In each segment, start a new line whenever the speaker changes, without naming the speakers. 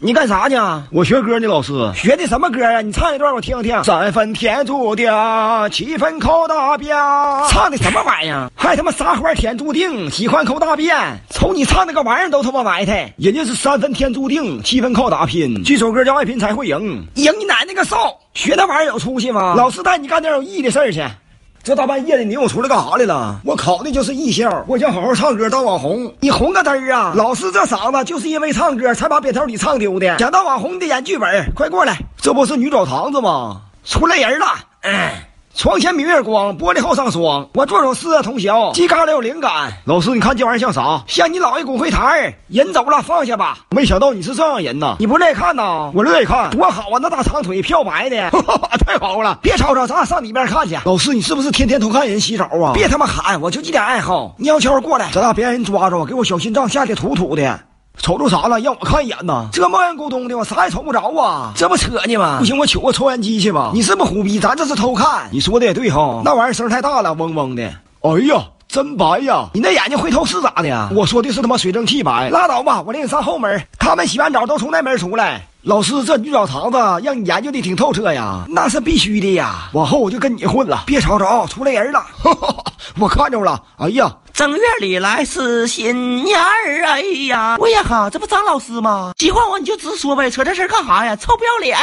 你干啥去？啊？
我学歌呢，老师。
学的什么歌啊？你唱一段我听听。
三分天注定，七分靠大边。
唱的什么玩意儿？还他妈啥花天注定，喜欢抠大便。瞅你唱那个玩意儿都他妈埋汰。
人家是三分天注定，七分靠打拼。这首歌叫《爱拼才会赢》，
赢你奶奶个臊！学那玩意儿有出息吗？
老师带你干点有意义的事儿去。这大半夜的，你我出来干啥来了？我考的就是艺校，我想好好唱歌当网红。
你红个嘚儿啊！老师这嗓子就是因为唱歌才把扁桃体唱丢的。想当网红，你得演剧本。快过来，
这不是女澡堂子吗？
出来人了！嗯，床前明月光，玻璃后上霜。我做首诗啊，同学，叽嘎的有灵感。
老师，你看这玩意儿像啥？
像你姥爷骨灰坛。人走了，放下吧。
没想到你是这样人呐！
你不乐意看呐？
我乐意看，
多好啊！那大长腿漂白的，
太好了！
别吵吵，咱俩上里边看去。
老师，你是不是天天偷看人洗澡啊？
别他妈喊，我就这点爱好。你悄悄过来，
咱俩别让人抓着，给我小心脏吓得土土的。瞅着啥了？让我看一眼呐！
这猫眼咕咚的，我啥也瞅不着啊！这不扯呢吗？
不行，我取个抽烟机去吧。
你是不是虎逼？咱这是偷看。
你说的也对哈，
那玩意儿声太大了，嗡嗡的。
哎呀！真白呀！
你那眼睛回头是咋的呀？
我说的是他妈水蒸气白。
拉倒吧，我领你上后门。他们洗完澡都从那门出来。
老师，这女澡堂子让你研究的挺透彻呀，
那是必须的呀。
往后我就跟你混了。
别吵吵，出来人了。
我看着了。哎呀，
正月里来是新年儿。哎呀，喂呀哈，这不张老师吗？喜欢我你就直说呗，扯这事儿干啥呀？臭不要脸！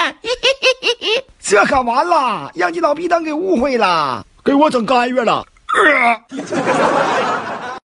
这可完了，让你老逼灯给误会了，
给我整干预了。啊！